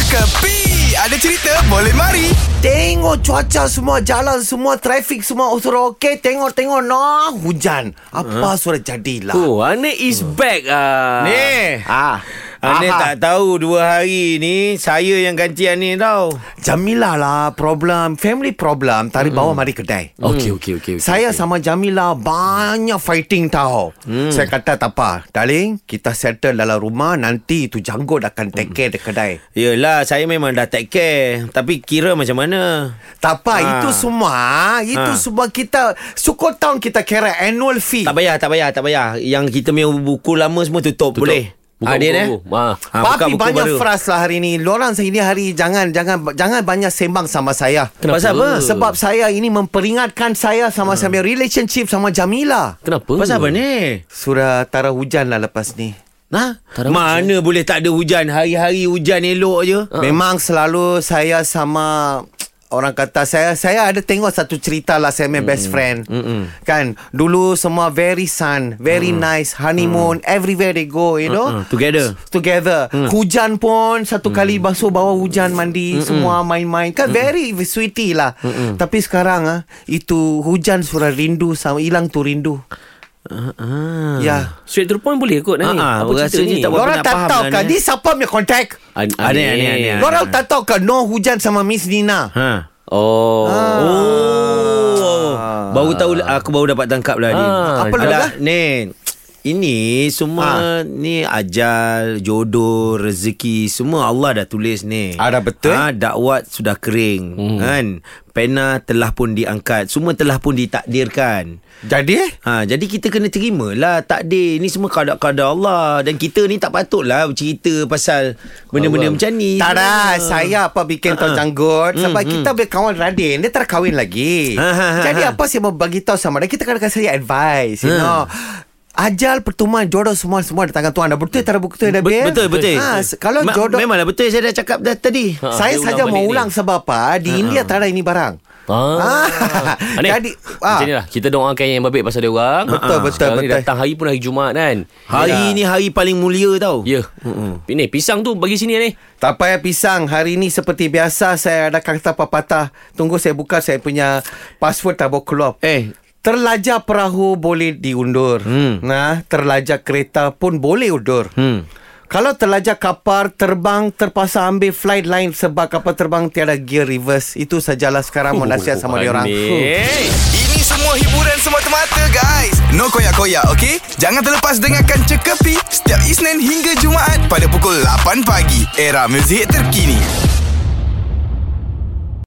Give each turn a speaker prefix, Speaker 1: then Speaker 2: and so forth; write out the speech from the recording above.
Speaker 1: Kepi Ada cerita boleh mari
Speaker 2: Tengok cuaca semua Jalan semua Trafik semua Oh suruh okey Tengok-tengok no Hujan Apa huh? suruh jadilah
Speaker 3: Oh, Ane is
Speaker 4: Hmm.
Speaker 3: back ah.
Speaker 4: Ni
Speaker 2: Ah,
Speaker 4: Ani
Speaker 2: Aha.
Speaker 4: tak tahu dua hari ni Saya yang ganti Ani tau
Speaker 2: Jamila lah problem Family problem Tarik bawah mari kedai
Speaker 4: Hmm.
Speaker 3: Okey okey okey. okey.
Speaker 2: Saya sama Jamila Banyak fighting tau hmm. Saya kata tak apa Darling Kita settle dalam rumah Nanti tu janggut akan take care dekat kedai
Speaker 4: Yelah saya memang dah take care Tapi kira macam mana
Speaker 2: Tak apa
Speaker 4: Ah.
Speaker 2: Itu semua Itu
Speaker 4: Ah.
Speaker 2: semua kita Syukur tahun kita kira Annual
Speaker 3: Eh.
Speaker 2: fee
Speaker 4: Tak payah tak payah tak payah Yang kita punya buku lama semua tutup,
Speaker 3: Tutup.
Speaker 4: boleh Ah,
Speaker 3: Buka
Speaker 4: Din,
Speaker 3: buku,
Speaker 4: eh?
Speaker 3: buku. Ah.
Speaker 4: Ah, buka
Speaker 2: Papi
Speaker 4: buku
Speaker 2: banyak
Speaker 4: baru.
Speaker 2: fras lah hari ni. Lorang ini hari jangan jangan jangan banyak sembang sama saya.
Speaker 3: Kenapa?
Speaker 2: Pasal apa? Sebab saya ini memperingatkan saya sama saya punya relationship sama Jamila.
Speaker 3: Kenapa?
Speaker 4: Ha. Pasal apa ni?
Speaker 2: Surah tara hujan lah lepas ni.
Speaker 4: Ha?
Speaker 3: Tak ada
Speaker 4: Mana boleh tak ada hujan Hari-hari hujan elok je
Speaker 3: Ah.
Speaker 2: Memang selalu saya sama orang kata saya saya ada tengok satu cerita lah saya punya
Speaker 4: Hmm.
Speaker 2: best friend. Mm-mm. Kan dulu semua very sun, very
Speaker 4: Hmm.
Speaker 2: nice, honeymoon, everywhere they go, you know.
Speaker 4: Mm-mm. Together.
Speaker 2: together. Hmm. Hujan pun satu kali basuh bawa hujan mandi hmm. semua main-main kan hmm. very sweetie lah. Hmm. Tapi sekarang ah itu hujan surah rindu sama hilang tu rindu.
Speaker 4: Ah.
Speaker 2: Ya.
Speaker 3: Straight to the point boleh kot Nani?
Speaker 4: Ah, ah,
Speaker 3: apa cerita
Speaker 4: rasanya
Speaker 3: ni?
Speaker 4: tak buat-
Speaker 2: Lorang
Speaker 4: nak
Speaker 2: tak
Speaker 4: faham
Speaker 2: tahu
Speaker 4: lah
Speaker 2: kan
Speaker 4: ni.
Speaker 2: Ni siapa punya kontak
Speaker 3: An-
Speaker 4: Ane, ane, ane, ane.
Speaker 2: Lorang tak tahu kan No hujan sama Miss Nina
Speaker 4: ah, Ha.
Speaker 3: Oh.
Speaker 4: Oh. Baru tahu aku baru dapat tangkap lah ni.
Speaker 3: Ah,
Speaker 2: Apa Ah. dia?
Speaker 4: Alah, Nen. Ini semua ni ajal, jodoh, rezeki semua Allah dah tulis ni.
Speaker 2: Ah, dah betul, eh?
Speaker 4: Ha, dakwat sudah kering
Speaker 3: Hmm.
Speaker 4: kan. Pena telah pun diangkat, semua telah pun ditakdirkan.
Speaker 2: Jadi eh
Speaker 4: Ha, jadi kita kena terimalah takdir. Ni semua kadar-kadar Allah dan kita ni tak patutlah cerita pasal benda-benda
Speaker 3: Allah.
Speaker 4: macam ni.
Speaker 2: tak ada Saya apa bikin tau janggut
Speaker 3: Hmm,
Speaker 2: Sebab kita punya kawan Radin Dia tak kahwin lagi
Speaker 4: Ha, ha, ha,
Speaker 2: Jadi
Speaker 4: ha.
Speaker 2: apa saya mau bagi tahu sama dia Kita kena kasih saya advice
Speaker 3: Ha.
Speaker 2: You know Ajal pertemuan jodoh semua semua di tangan Tuhan. Dah betul tak ada betul dah
Speaker 4: Be-
Speaker 2: Bil?
Speaker 4: betul betul.
Speaker 2: Ha, se- kalau
Speaker 4: Ma-
Speaker 2: jodoh
Speaker 4: memanglah betul saya dah cakap dah tadi.
Speaker 3: Ha,
Speaker 2: saya
Speaker 3: dia ulang
Speaker 2: saja
Speaker 3: balik
Speaker 2: mau
Speaker 3: ni.
Speaker 2: ulang sebab apa? Di India tak ada ini barang.
Speaker 3: Ah. Ani,
Speaker 2: Jadi
Speaker 3: ah.
Speaker 2: ah,
Speaker 3: Macam ni lah Kita doakan yang baik Pasal dia orang
Speaker 2: Betul,
Speaker 3: Ah.
Speaker 2: betul,
Speaker 3: Sekarang ni
Speaker 2: betul.
Speaker 3: datang hari pun hari Jumaat kan
Speaker 4: Hari ni hari paling mulia tau.
Speaker 3: Ya Ini pisang tu Bagi sini ni
Speaker 2: Tak payah pisang Hari ni seperti biasa Saya ada kata pepatah Tunggu saya buka Saya punya password tak boleh keluar
Speaker 4: Eh,
Speaker 2: Terlaja perahu boleh diundur hmm. Nah, Terlaja kereta pun boleh undur hmm. Kalau terlaja kapal Terbang terpaksa ambil flight line Sebab kapal terbang tiada gear reverse Itu sajalah sekarang Mau nasihat sama dia orang
Speaker 3: Ani.
Speaker 1: Ini semua hiburan semata-mata guys No koyak-koyak ok Jangan terlepas dengarkan Cekapi Setiap Isnin hingga Jumaat Pada pukul 8 pagi Era muzik terkini